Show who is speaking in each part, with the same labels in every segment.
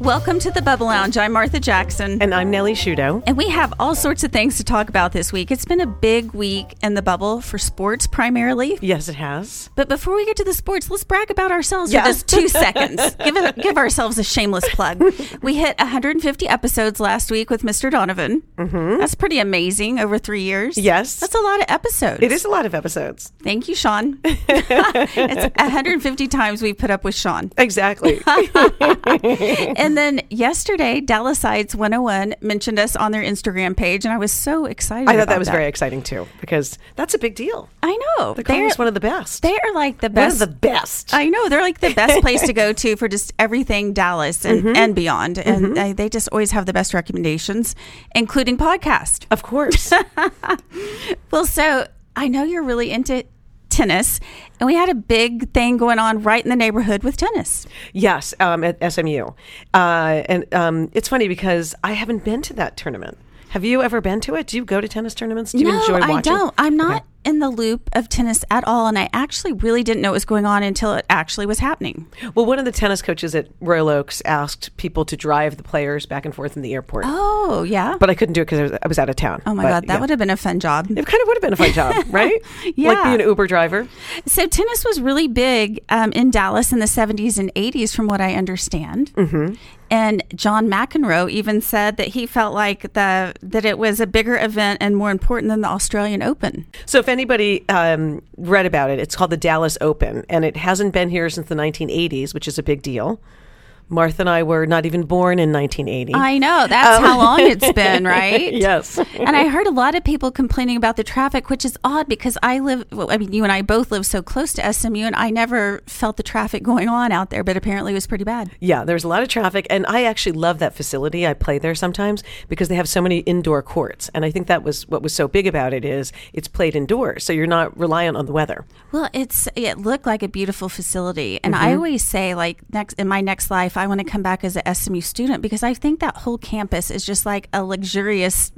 Speaker 1: Welcome to the Bubble Lounge. I'm Martha Jackson.
Speaker 2: And I'm Nellie Shudo.
Speaker 1: And we have all sorts of things to talk about this week. It's been a big week in the bubble for sports primarily.
Speaker 2: Yes, it has.
Speaker 1: But before we get to the sports, let's brag about ourselves
Speaker 2: Yeah.
Speaker 1: for just two seconds. Give, it, give ourselves a shameless plug. We hit 150 episodes last week with Mr. Donovan. Mm-hmm. That's pretty amazing over three years.
Speaker 2: Yes.
Speaker 1: That's a lot of episodes.
Speaker 2: It is a lot of episodes.
Speaker 1: Thank you, Sean. it's 150 times we put up with Sean.
Speaker 2: Exactly.
Speaker 1: And then yesterday, Dallas Sides 101 mentioned us on their Instagram page, and I was so excited.
Speaker 2: I thought
Speaker 1: about
Speaker 2: that was very exciting too, because that's a big deal.
Speaker 1: I know
Speaker 2: The
Speaker 1: they're
Speaker 2: Congress one of the best.
Speaker 1: they are like the
Speaker 2: one
Speaker 1: best.
Speaker 2: of the best.
Speaker 1: I know they're like the best place to go to for just everything Dallas and,
Speaker 2: Mm-hmm.
Speaker 1: and beyond, and they, they just always have the best recommendations, including podcast.
Speaker 2: of course.
Speaker 1: Well, so I know you're really into tennis, and we had a big thing going on right in the neighborhood with tennis.
Speaker 2: yes, um, at SMU. Uh, and um, it's funny because I haven't been to that tournament. Have you ever been to it? Do you go to tennis tournaments? Do you
Speaker 1: no,
Speaker 2: enjoy watching?
Speaker 1: I don't. I'm not in the loop of tennis at all, and I actually really didn't know what was going on until it actually was happening.
Speaker 2: Well, one of the tennis coaches at Royal Oaks asked people to drive the players back and forth in the airport.
Speaker 1: Oh yeah.
Speaker 2: But I couldn't do it because I was, I was out of town.
Speaker 1: oh my
Speaker 2: But,
Speaker 1: god, that
Speaker 2: yeah.
Speaker 1: would have been a fun job.
Speaker 2: It kind of would have been a fun job, right? Like
Speaker 1: Yeah.
Speaker 2: being an Uber driver.
Speaker 1: So tennis was really big um, in Dallas in the 70s and 80s, from what I understand. Mm-hmm. And John McEnroe even said that he felt like the that it was a bigger event and more important than the Australian Open.
Speaker 2: So, if anybody um, read about it, it's called the Dallas Open, and it hasn't been here since the 1980s, which is a big deal. Martha and I were not even born in 1980.
Speaker 1: I know
Speaker 2: Oh.
Speaker 1: that's how long it's been, right?
Speaker 2: yes.
Speaker 1: and I heard a lot of people complaining about the traffic, which is odd because I live, well, I mean, you and I both live so close to SMU, and I never felt the traffic going on out there, but apparently it was pretty bad.
Speaker 2: Yeah, there's a lot of traffic, and I actually love that facility. I play there sometimes because they have so many indoor courts, and I think that was what was so big about it is it's played indoors, so you're not reliant on the weather.
Speaker 1: Well, it's it looked like a beautiful facility, and I always say, like next in my next life, I want to come back as a SMU student because I think that whole campus is just like a luxurious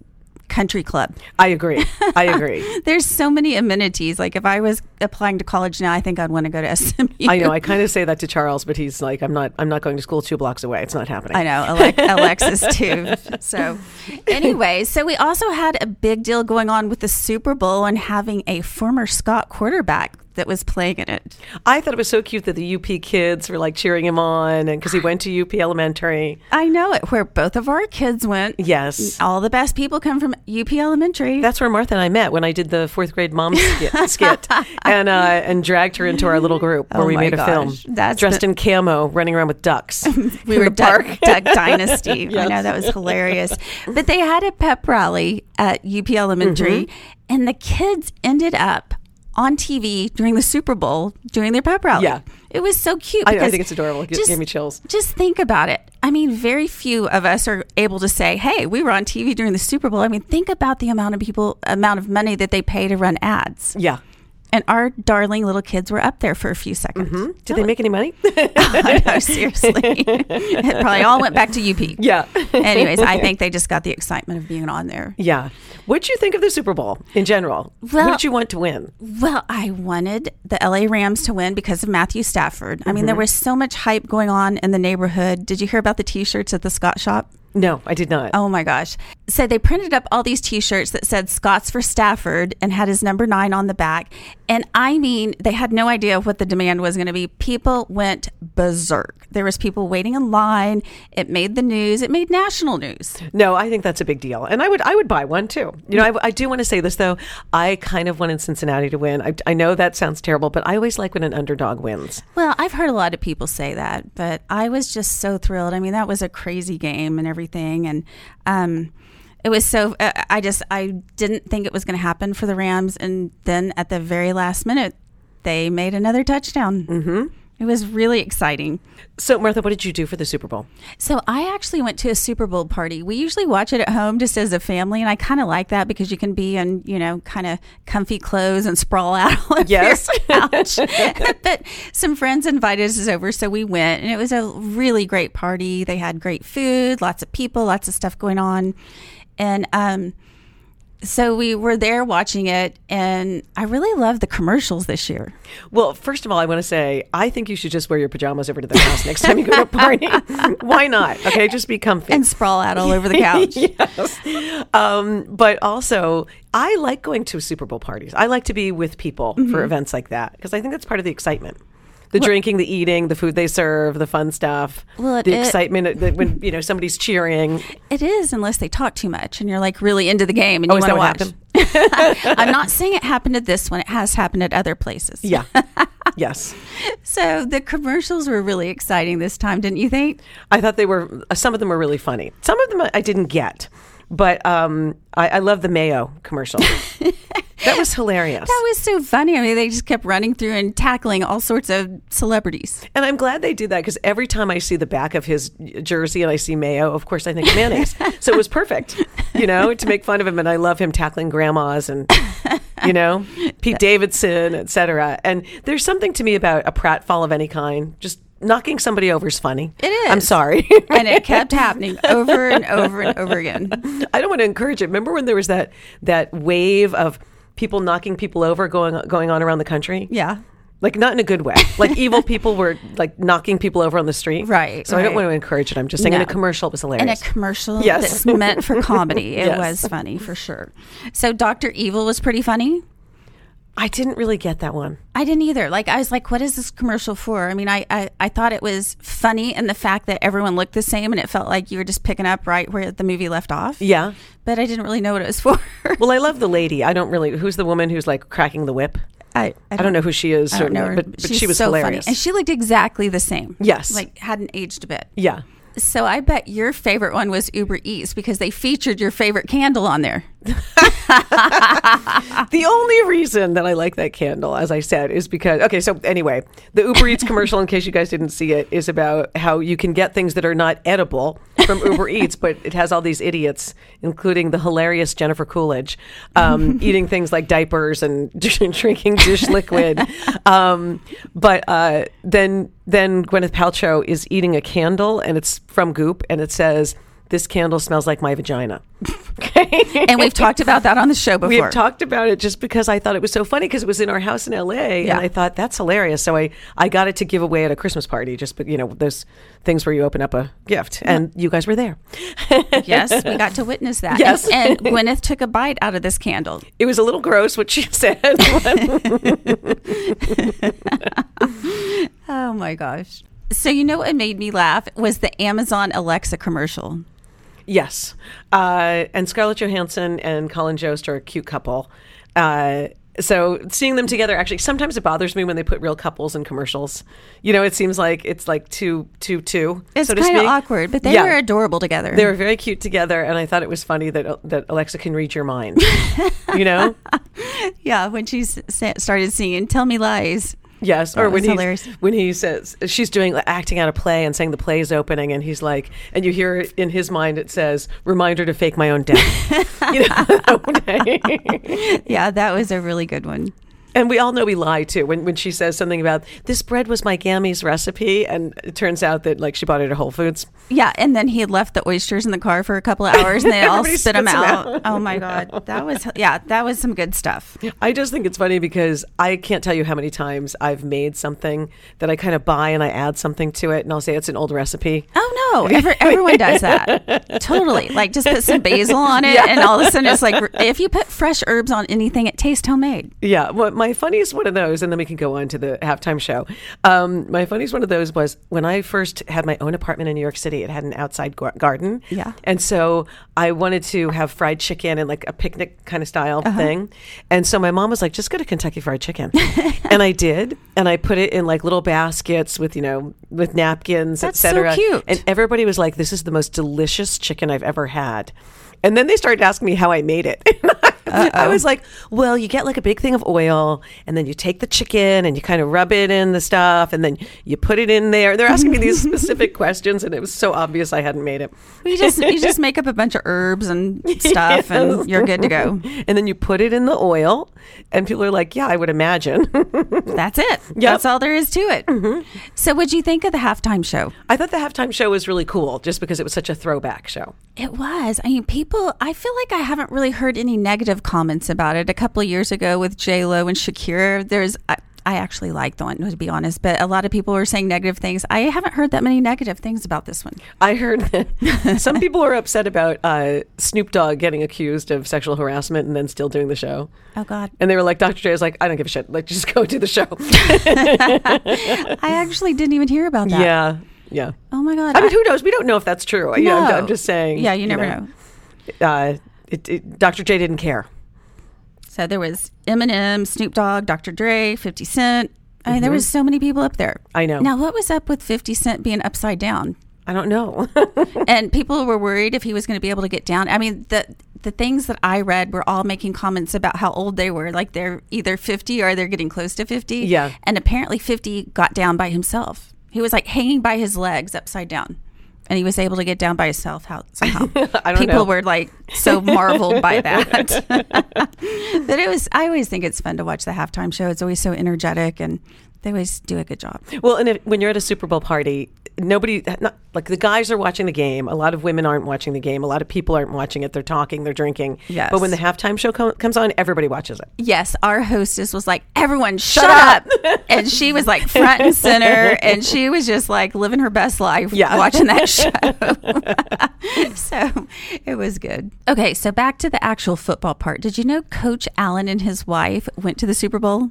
Speaker 1: country club.
Speaker 2: I agree. I agree.
Speaker 1: There's so many amenities. Like if I was applying to college now, I think I'd want to go to SMU.
Speaker 2: I know. I kind of say that to Charles, but he's like, "I'm not. I'm not going to school two blocks away. It's not happening."
Speaker 1: I know, Alex- Alexis too. So, anyway, so we also had a big deal going on with the Super Bowl and having a former Scott quarterback that was playing in it.
Speaker 2: I thought it was so cute that the UP kids were like cheering him on, and because he went to UP Elementary.
Speaker 1: I know it, where both of our kids went.
Speaker 2: Yes,
Speaker 1: All the best people come from UP Elementary.
Speaker 2: that's where Martha and I met when I did the fourth grade mom skit, skit and uh, and dragged her into our little group where
Speaker 1: Oh
Speaker 2: we
Speaker 1: my
Speaker 2: made a film
Speaker 1: gosh, that's
Speaker 2: dressed in camo, running around with ducks.
Speaker 1: we were Duck, Duck Dynasty. I know that was hilarious. But they had a pep rally at UP Elementary,
Speaker 2: Mm-hmm.
Speaker 1: and the kids ended up on TV during the Super Bowl doing their pep rally.
Speaker 2: Yeah.
Speaker 1: It was so cute.
Speaker 2: I, I
Speaker 1: because
Speaker 2: think it's adorable. It gi- gave me chills.
Speaker 1: Just think about it. I mean, very few of us are able to say, "Hey, we were on TV during the Super Bowl." I mean, think about the amount of people, amount of money that they pay to run ads,
Speaker 2: Yeah.
Speaker 1: and our darling little kids were up there for a few seconds.
Speaker 2: Did they make any money?
Speaker 1: I know, seriously. it probably all went back to UP.
Speaker 2: yeah.
Speaker 1: Anyways, I think they just got the excitement of being on there.
Speaker 2: Yeah. What'd you think of the Super Bowl in general?
Speaker 1: Well-
Speaker 2: what did you want to win?
Speaker 1: Well, I wanted the LA Rams to win because of Matthew Stafford. I mean, there was so much hype going on in the neighborhood. Did you hear about the t shirts at the Scott shop?
Speaker 2: No, I did not.
Speaker 1: Oh my gosh. So they printed up all these t shirts that said Scott's for Stafford and had his number nine on the back. And I mean, they had no idea what the demand was going to be. People went berserk. There was people waiting in line. It made the news, it made national news.
Speaker 2: No, I think that's a big deal, and I would I would buy one too. You know, I, I do want to say this though. I kind of wanted Cincinnati to win. I, I know that sounds terrible, but I always like when an underdog wins.
Speaker 1: Well, I've heard a lot of people say that, but I was just so thrilled. I mean, that was a crazy game and everything, and um, it was so. Uh, I just I didn't think it was going to happen for the Rams, and then at the very last minute, they made another touchdown. Mm-hmm. It was really exciting.
Speaker 2: So, Martha, what did you do for the Super Bowl?
Speaker 1: So I actually went to a Super Bowl party. We usually watch it at home just as a family, and I kind of like that because you can be in, you know, kind of comfy clothes and sprawl out on
Speaker 2: Yes.
Speaker 1: your couch. but some friends invited us over, so we went, and it was a really great party. They had great food, lots of people, lots of stuff going on, and um, so we were there watching it, and I really love the commercials this year.
Speaker 2: Well, first of all, I want to say I think you should just wear your pajamas over to the house next time you go to a party. Why not? Okay, just be comfy
Speaker 1: and sprawl out all over the couch.
Speaker 2: yes. Um, but also, I like going to Super Bowl parties. I like to be with people
Speaker 1: Mm-hmm.
Speaker 2: for events like that because I think that's part of the excitement. The drinking, the eating, the food they serve, the fun stuff,
Speaker 1: Well, it-
Speaker 2: the
Speaker 1: it-
Speaker 2: excitement at- that when you know somebody's cheering.
Speaker 1: It is, unless they talk too much and you're like really into the game and
Speaker 2: Oh,
Speaker 1: you
Speaker 2: is
Speaker 1: want
Speaker 2: that
Speaker 1: to
Speaker 2: what
Speaker 1: watch. I'm not saying it happened at this one. It has happened at other places.
Speaker 2: Yeah. yes.
Speaker 1: So the commercials were really exciting this time, didn't you think?
Speaker 2: I thought they were. uh, Some of them were really funny. Some of them I didn't get, but um, I, I love the mayo commercial. that was hilarious,
Speaker 1: That was so funny. I mean, they just kept running through and tackling all sorts of celebrities.
Speaker 2: and I'm glad they did that because every time I see the back of his jersey and I see mayo, of course I think mayonnaise. so it was perfect, you know, to make fun of him. And I love him tackling grandmas and. You know, Pete Davidson, et cetera. And there's something to me about a pratfall of any kind. Just knocking somebody over is funny.
Speaker 1: It
Speaker 2: I'm
Speaker 1: is.
Speaker 2: sorry.
Speaker 1: And it kept happening over and over and over again.
Speaker 2: I don't want to encourage it. Remember when there was that that wave of people knocking people over going going on around the country?
Speaker 1: Yeah.
Speaker 2: Like not in a good way. Like evil people were like knocking people over on the street.
Speaker 1: Right,
Speaker 2: So I don't
Speaker 1: right.
Speaker 2: want to encourage it. I'm just saying in a
Speaker 1: No.
Speaker 2: commercial it was
Speaker 1: And a
Speaker 2: hilarious.
Speaker 1: commercial
Speaker 2: Yes.
Speaker 1: that's meant for comedy. It
Speaker 2: Yes.
Speaker 1: was funny for sure. So Dr. Evil was pretty funny.
Speaker 2: I didn't really get that one.
Speaker 1: I didn't either. Like I was like, what is this commercial for? I mean, I, I, I thought it was funny in the fact that everyone looked the same and it felt like you were just picking up right where the movie left off.
Speaker 2: Yeah.
Speaker 1: But I didn't really know what it was for.
Speaker 2: Well, I love the lady. I don't really who's the woman who's like cracking the whip.
Speaker 1: I, I
Speaker 2: I don't know who she is,
Speaker 1: I don't
Speaker 2: certainly,
Speaker 1: know her.
Speaker 2: but, but
Speaker 1: She's
Speaker 2: she was
Speaker 1: so funny.
Speaker 2: hilarious.
Speaker 1: And she looked exactly the same.
Speaker 2: Yes.
Speaker 1: Like hadn't aged a bit.
Speaker 2: yeah.
Speaker 1: So I bet your favorite one was Uber Eats because they featured your favorite candle on there.
Speaker 2: The only reason that I like that candle, as I said, is because okay. So anyway, the Uber Eats commercial, in case you guys didn't see it, is about how you can get things that are not edible from Uber Eats, but it has all these idiots, including the hilarious Jennifer Coolidge, um, eating things like diapers and drinking dish liquid. Um, but uh, then then Gwyneth Paltrow is eating a candle, and it's from Goop, and it says. This candle smells like my vagina. Okay.
Speaker 1: And we've talked about that on the show before.
Speaker 2: We have talked about it just because I thought it was so funny because it was in our house in LA,
Speaker 1: Yeah.
Speaker 2: and I thought that's hilarious. So I, I got it to give away at a Christmas party. Just but you know those things where you open up a gift, and you guys were there.
Speaker 1: yes, we got to witness that.
Speaker 2: Yes.
Speaker 1: And, and Gwyneth took a bite out of this candle.
Speaker 2: It was a little gross what she said.
Speaker 1: Oh my gosh. So you know what made me laugh was the Amazon Alexa commercial.
Speaker 2: yes, uh, and Scarlett Johansson and Colin Jost are a cute couple. Uh, so seeing them together actually sometimes it bothers me when they put real couples in commercials. You know, it seems like it's like two, two, two.
Speaker 1: It's
Speaker 2: so to
Speaker 1: kind of
Speaker 2: speak.
Speaker 1: awkward, but they
Speaker 2: Yeah.
Speaker 1: were adorable together.
Speaker 2: They were very cute together, and I thought it was funny that uh, that Alexa can read your mind. you know,
Speaker 1: yeah, when she s- sa- started singing "Tell Me Lies,"
Speaker 2: yes.
Speaker 1: That
Speaker 2: Or when
Speaker 1: was
Speaker 2: he
Speaker 1: hilarious.
Speaker 2: when he says she's doing acting out a play and saying the play is opening, and he's like, and you hear it in his mind it says, "Reminder to fake my own death." you know, okay.
Speaker 1: yeah, that was a really good one.
Speaker 2: And we all know we lie too when, when she says something about this bread was my gammy's recipe, and it turns out that like she bought it at Whole Foods.
Speaker 1: Yeah, and then he had left the oysters in the car for a couple of hours, and they all
Speaker 2: Everybody
Speaker 1: spit them
Speaker 2: spits 'em
Speaker 1: out. Oh my god, that was yeah, that was some good stuff.
Speaker 2: I just think it's funny because I can't tell you how many times I've made something that I kind of buy and I add something to it, and I'll say it's an old recipe.
Speaker 1: Oh no, Every, everyone does that. Totally, like just put some basil on it, and all of a sudden it's like if you put fresh herbs on anything, it tastes homemade.
Speaker 2: Yeah, well, my funniest one of those, and then we can go on to the halftime show. Um, my funniest one of those was when I first had my own apartment in New York City. It had an outside gar- garden,
Speaker 1: Yeah.
Speaker 2: and so I wanted to have fried chicken and like a picnic kind of style
Speaker 1: Uh-huh.
Speaker 2: thing. And so my mom was like, "Just go to Kentucky Fried Chicken," and I did, and I put it in like little baskets with you know with napkins,
Speaker 1: That's so
Speaker 2: etc.
Speaker 1: cute.
Speaker 2: And everybody was like, "This is the most delicious chicken I've ever had." And then they started asking me how I made it. I was like, well, you get like a big thing of oil, and then you take the chicken and you kind of rub it in the stuff, and then you put it in there. They're asking me these specific questions, and it was so obvious I hadn't made it.
Speaker 1: You just you just make up a bunch of herbs and stuff, and you're good to go.
Speaker 2: And then you put it in the oil, and people are like, yeah, I would imagine.
Speaker 1: That's it. That's all there is to it.
Speaker 2: Mm-hmm.
Speaker 1: So, what'd you think of the halftime show?
Speaker 2: I thought the halftime show was really cool just because it was such a throwback show.
Speaker 1: It was. I mean, people. I feel like I haven't really heard any negative comments about it. A couple of years ago with J Lo and Shakira, there's. I, I actually liked the one to be honest, but a lot of people were saying negative things. I haven't heard that many negative things about this one.
Speaker 2: I heard that some people are upset about uh, Snoop Dogg getting accused of sexual harassment and then still doing the show.
Speaker 1: Oh God,
Speaker 2: And they were like, Dr. J is like, I don't give a shit. Like, just go do the show.
Speaker 1: I actually didn't even hear about that.
Speaker 2: yeah. Yeah.
Speaker 1: Oh my God.
Speaker 2: I mean, who knows? We don't know if that's true. You know, I'm, I'm just saying.
Speaker 1: Yeah, you never know.
Speaker 2: Uh, it, it, Dr. J didn't care.
Speaker 1: So there was Eminem, Snoop Dogg, Dr. Dre, 50 Cent. I mean, there was so many people up there.
Speaker 2: Mm-hmm. I know.
Speaker 1: Now, what was up with 50 Cent being upside down?
Speaker 2: I don't know.
Speaker 1: and people were worried if he was going to be able to get down. I mean, the the things that I read were all making comments about how old they were, like they're either 50 or they're getting close to 50.
Speaker 2: Yeah.
Speaker 1: And apparently 50 got down by himself. He was like hanging by his legs upside down. And he was able to get down by himself how, somehow.
Speaker 2: I don't
Speaker 1: People
Speaker 2: know.
Speaker 1: were like so marveled by that. but it was, I always think it's fun to watch the halftime show. It's always so energetic and they always do a good job.
Speaker 2: well, and if, when you're at a Super Bowl party, nobody, not, like the guys are watching the game. A lot of women aren't watching the game. A lot of people aren't watching it. They're talking, they're drinking.
Speaker 1: Yes.
Speaker 2: But when the halftime show com- comes on, everybody watches it.
Speaker 1: Yes, our hostess was like, "Everyone, shut, up!" and she was like front and center, and she was just like living her best life
Speaker 2: Yeah.
Speaker 1: watching that show. so it was good. Okay, so back to the actual football part. Did you know Coach Allen and his wife went to the Super Bowl?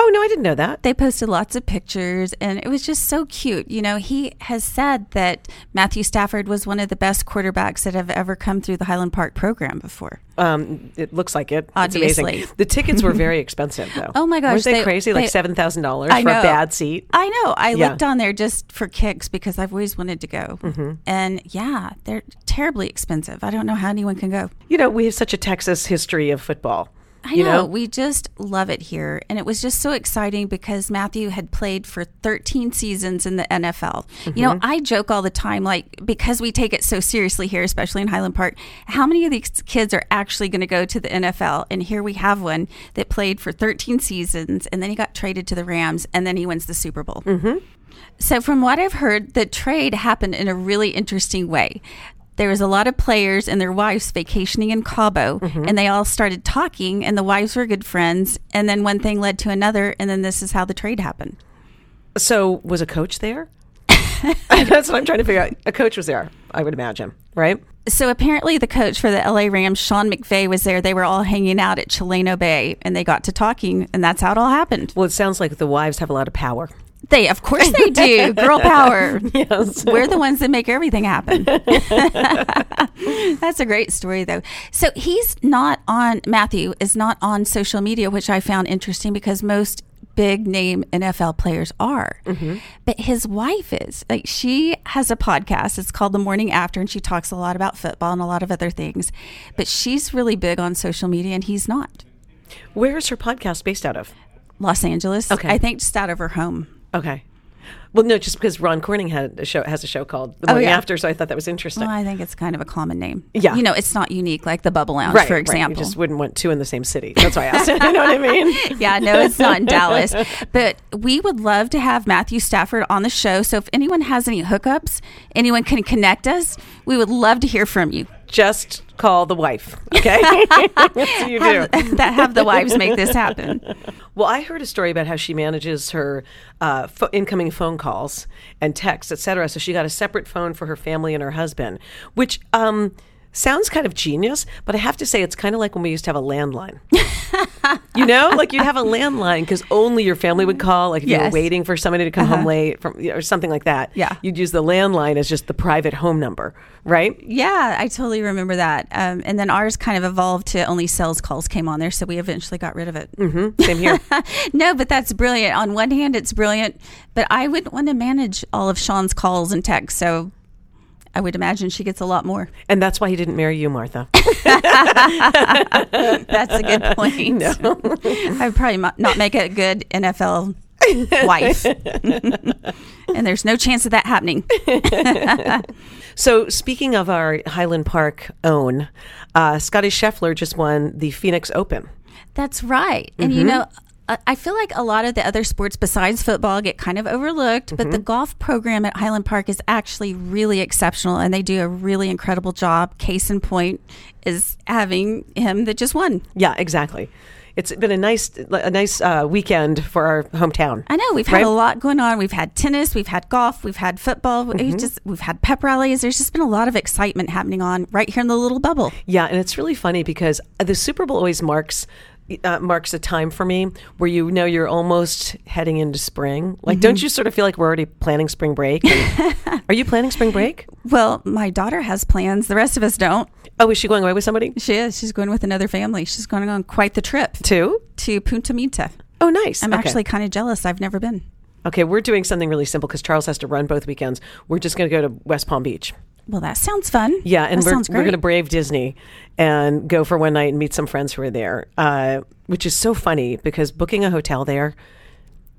Speaker 2: Oh, no, I didn't know that.
Speaker 1: They posted lots of pictures, and it was just so cute. You know, he has said that Matthew Stafford was one of the best quarterbacks that have ever come through the Highland Park program before.
Speaker 2: Um, it looks like it. It's amazing.
Speaker 1: Obviously.
Speaker 2: The tickets were very expensive, though.
Speaker 1: Oh, my gosh,
Speaker 2: Weren't they,
Speaker 1: they-
Speaker 2: crazy?
Speaker 1: they-
Speaker 2: like seven thousand dollars for
Speaker 1: I
Speaker 2: a
Speaker 1: know.
Speaker 2: bad seat.
Speaker 1: I know. I
Speaker 2: Yeah.
Speaker 1: looked on there just for kicks because I've always wanted to go.
Speaker 2: Mm-hmm.
Speaker 1: And yeah, they're terribly expensive. I don't know how anyone can go.
Speaker 2: You know, we have such a Texas history of football.
Speaker 1: I
Speaker 2: you
Speaker 1: know, We just love it here. And it was just so exciting because Matthew had played for 13 seasons in the NFL. You
Speaker 2: Mm-hmm.
Speaker 1: know, I joke all the time, like, because we take it so seriously here, especially in Highland Park, how many of these kids are actually going to go to the NFL? And here we have one that played for 13 seasons and then he got traded to the Rams and then he wins the Super Bowl. So, from what I've heard, the trade happened in a really interesting way. There was a lot of players and their wives vacationing in Cabo, and they all started talking, and the wives were good friends. And then one thing led to another, and then this is how the trade happened.
Speaker 2: So, was a coach there? That's what I'm trying to figure out. A coach was there, I would imagine, right?
Speaker 1: So apparently, the coach for the LA Rams, Sean McVay, was there. They were all hanging out at Chileno Bay, and they got to talking, and that's how it all happened.
Speaker 2: Well, it sounds like the wives have a lot of power.
Speaker 1: They, of course, they do. Girl power.
Speaker 2: Yes.
Speaker 1: We're the ones that make everything happen. That's a great story, though. So he's not on, Matthew is not on social media, which I found interesting because most big name NFL players are.
Speaker 2: Mm-hmm.
Speaker 1: But his wife is. Like, she has a podcast. It's called The Morning After, and she talks a lot about football and a lot of other things. But she's really big on social media, and he's not.
Speaker 2: Where is her podcast based out of?
Speaker 1: Los Angeles.
Speaker 2: Okay.
Speaker 1: I think just out of her home.
Speaker 2: Okay. Well, no, just because Ron Corning had a show has a show called The
Speaker 1: Oh,
Speaker 2: Morning
Speaker 1: yeah.
Speaker 2: After, so I thought that was interesting.
Speaker 1: Well, I think it's kind of a common name.
Speaker 2: Yeah.
Speaker 1: You know, it's not unique like the Bubble Lounge, for
Speaker 2: You
Speaker 1: example.
Speaker 2: just wouldn't want two in the same city. That's why I asked. you know what I mean?
Speaker 1: yeah, no, it's not in Dallas. But we would love to have Matthew Stafford on the show. So if anyone has any hookups, anyone can connect us. We would love to hear from you.
Speaker 2: Just call the wife. Okay. That's what you do.
Speaker 1: Have, that have the wives make this happen.
Speaker 2: Well, I heard a story about how she manages her uh, pho- incoming phone calls and texts, et cetera. So she got a separate phone for her family and her husband, which um, sounds kind of genius. But I have to say, it's kind of like when we used to have a landline. you know, like you'd have a landline because only your family would call. Like if you were
Speaker 1: Yes. Uh-huh.
Speaker 2: waiting for somebody to come home late from, or something like that.
Speaker 1: Yeah.
Speaker 2: you'd use the landline as just the private home number, right?
Speaker 1: Yeah, I totally remember that. Um, and then ours kind of evolved to only sales calls came on there. So we eventually got rid of it.
Speaker 2: Mm-hmm. Same here.
Speaker 1: No, but that's brilliant. On one hand, it's brilliant, but I wouldn't want to manage all of Sean's calls and texts. So I would imagine she gets a lot more.
Speaker 2: And that's why he didn't marry you, Martha.
Speaker 1: That's a good point. I'd probably mo- not make a good NFL wife. and there's no chance of that happening.
Speaker 2: So, speaking of our Highland Park own, uh, Scotty Scheffler just won the Phoenix Open.
Speaker 1: That's right. And you know, I- I feel like a lot of the other sports besides football get kind of overlooked, but the golf program at Highland Park is actually really exceptional and they do a really incredible job. Case in point is having him that just won.
Speaker 2: Yeah, exactly. It's been a nice, a nice uh, weekend for our hometown.
Speaker 1: I know we've had a lot going on. We've had tennis, we've had golf, we've had football, we've just we've had pep rallies. There's just been a lot of excitement happening on right here in the little bubble.
Speaker 2: Yeah, and it's really funny because the Super Bowl always marks uh, marks a time for me where you know you're almost heading into spring.
Speaker 1: Mm-hmm.
Speaker 2: Like, don't you sort of feel like we're already planning spring break? And- are you planning spring break?
Speaker 1: Well, my daughter has plans. The rest of us don't.
Speaker 2: Oh, is she going away with somebody
Speaker 1: She is. She's going with another family. She's going on quite the trip
Speaker 2: too?
Speaker 1: to Punta Mita.
Speaker 2: Oh, nice.
Speaker 1: I'm
Speaker 2: Okay.
Speaker 1: actually kind of jealous. I've never been.
Speaker 2: okay. We're doing something really simple because Charles has to run both weekends. We're just going to go to West Palm Beach.
Speaker 1: Well, that sounds fun.
Speaker 2: Yeah, and
Speaker 1: that
Speaker 2: we're,
Speaker 1: sounds
Speaker 2: we're
Speaker 1: great.
Speaker 2: going to brave Disney and go for one night and meet some friends who are there, uh, which is so funny because booking a hotel there.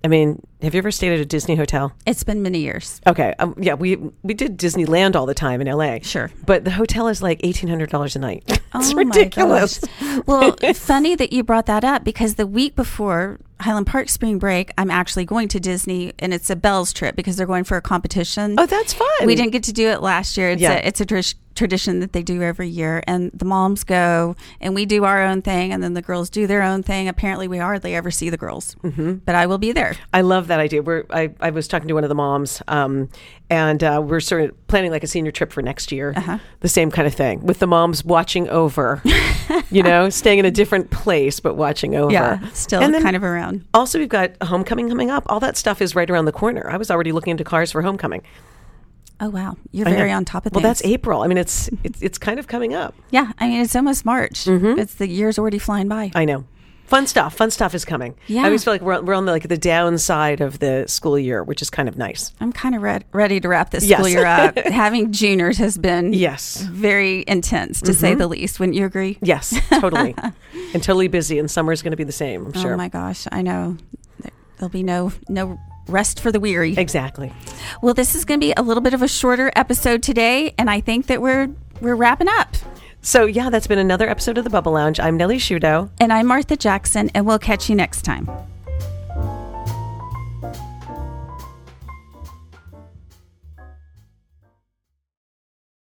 Speaker 2: I mean, have you ever stayed at a Disney hotel?
Speaker 1: it's been many years.
Speaker 2: Okay, um, yeah, we we did Disneyland all the time in L.A.
Speaker 1: Sure.
Speaker 2: but the hotel is like eighteen hundred dollars a night. it's
Speaker 1: Oh my
Speaker 2: ridiculous.
Speaker 1: gosh. Well, funny that you brought that up because the week before Highland Park spring break, I'm actually going to Disney and it's a Bells trip because they're going for a competition.
Speaker 2: Oh, that's fun.
Speaker 1: We didn't get to do it last year. It's
Speaker 2: Yeah.
Speaker 1: a it's a trish, tradition that they do every year, and the moms go, and we do our own thing, and then the girls do their own thing. Apparently, we hardly ever see the girls, mm-hmm. but I will be there.
Speaker 2: I love that idea. We're, I, I was talking to one of the moms, um, and uh, we're sort of planning like a senior trip for next year.
Speaker 1: Uh-huh.
Speaker 2: The same kind of thing with the moms watching over, you know, staying in a different place but watching over.
Speaker 1: Yeah, still
Speaker 2: Uh-huh. And then
Speaker 1: kind of around.
Speaker 2: Also, we've got homecoming coming up. All that stuff is right around the corner. I was already looking into cars for homecoming.
Speaker 1: Oh wow, you're
Speaker 2: I know.
Speaker 1: very on top of
Speaker 2: Well,
Speaker 1: things.
Speaker 2: that's April. I mean, it's it's, it's kind of coming up.
Speaker 1: yeah. I mean, it's almost March.
Speaker 2: Mm-hmm.
Speaker 1: It's the year's already flying by.
Speaker 2: I know. Fun stuff. Fun stuff is coming. I
Speaker 1: Yeah.
Speaker 2: always feel like we're, we're on the, like the downside of the school year, which is kind of nice.
Speaker 1: I'm kind of re- ready to wrap this
Speaker 2: Yes.
Speaker 1: school year up. Having juniors has been
Speaker 2: Yes.
Speaker 1: very intense to
Speaker 2: Mm-hmm.
Speaker 1: say the least. Wouldn't you agree?
Speaker 2: Yes, totally. and totally busy. And summer's going to be the same, I'm sure.
Speaker 1: Oh my gosh, I know. There- There'll be no no rest for the weary.
Speaker 2: Exactly.
Speaker 1: Well, this is going to be a little bit of a shorter episode today, and I think that we're we're wrapping up.
Speaker 2: So, yeah, that's been another episode of The Bubble Lounge. I'm Nellie Shudo.
Speaker 1: And I'm Martha Jackson, and we'll catch you next time.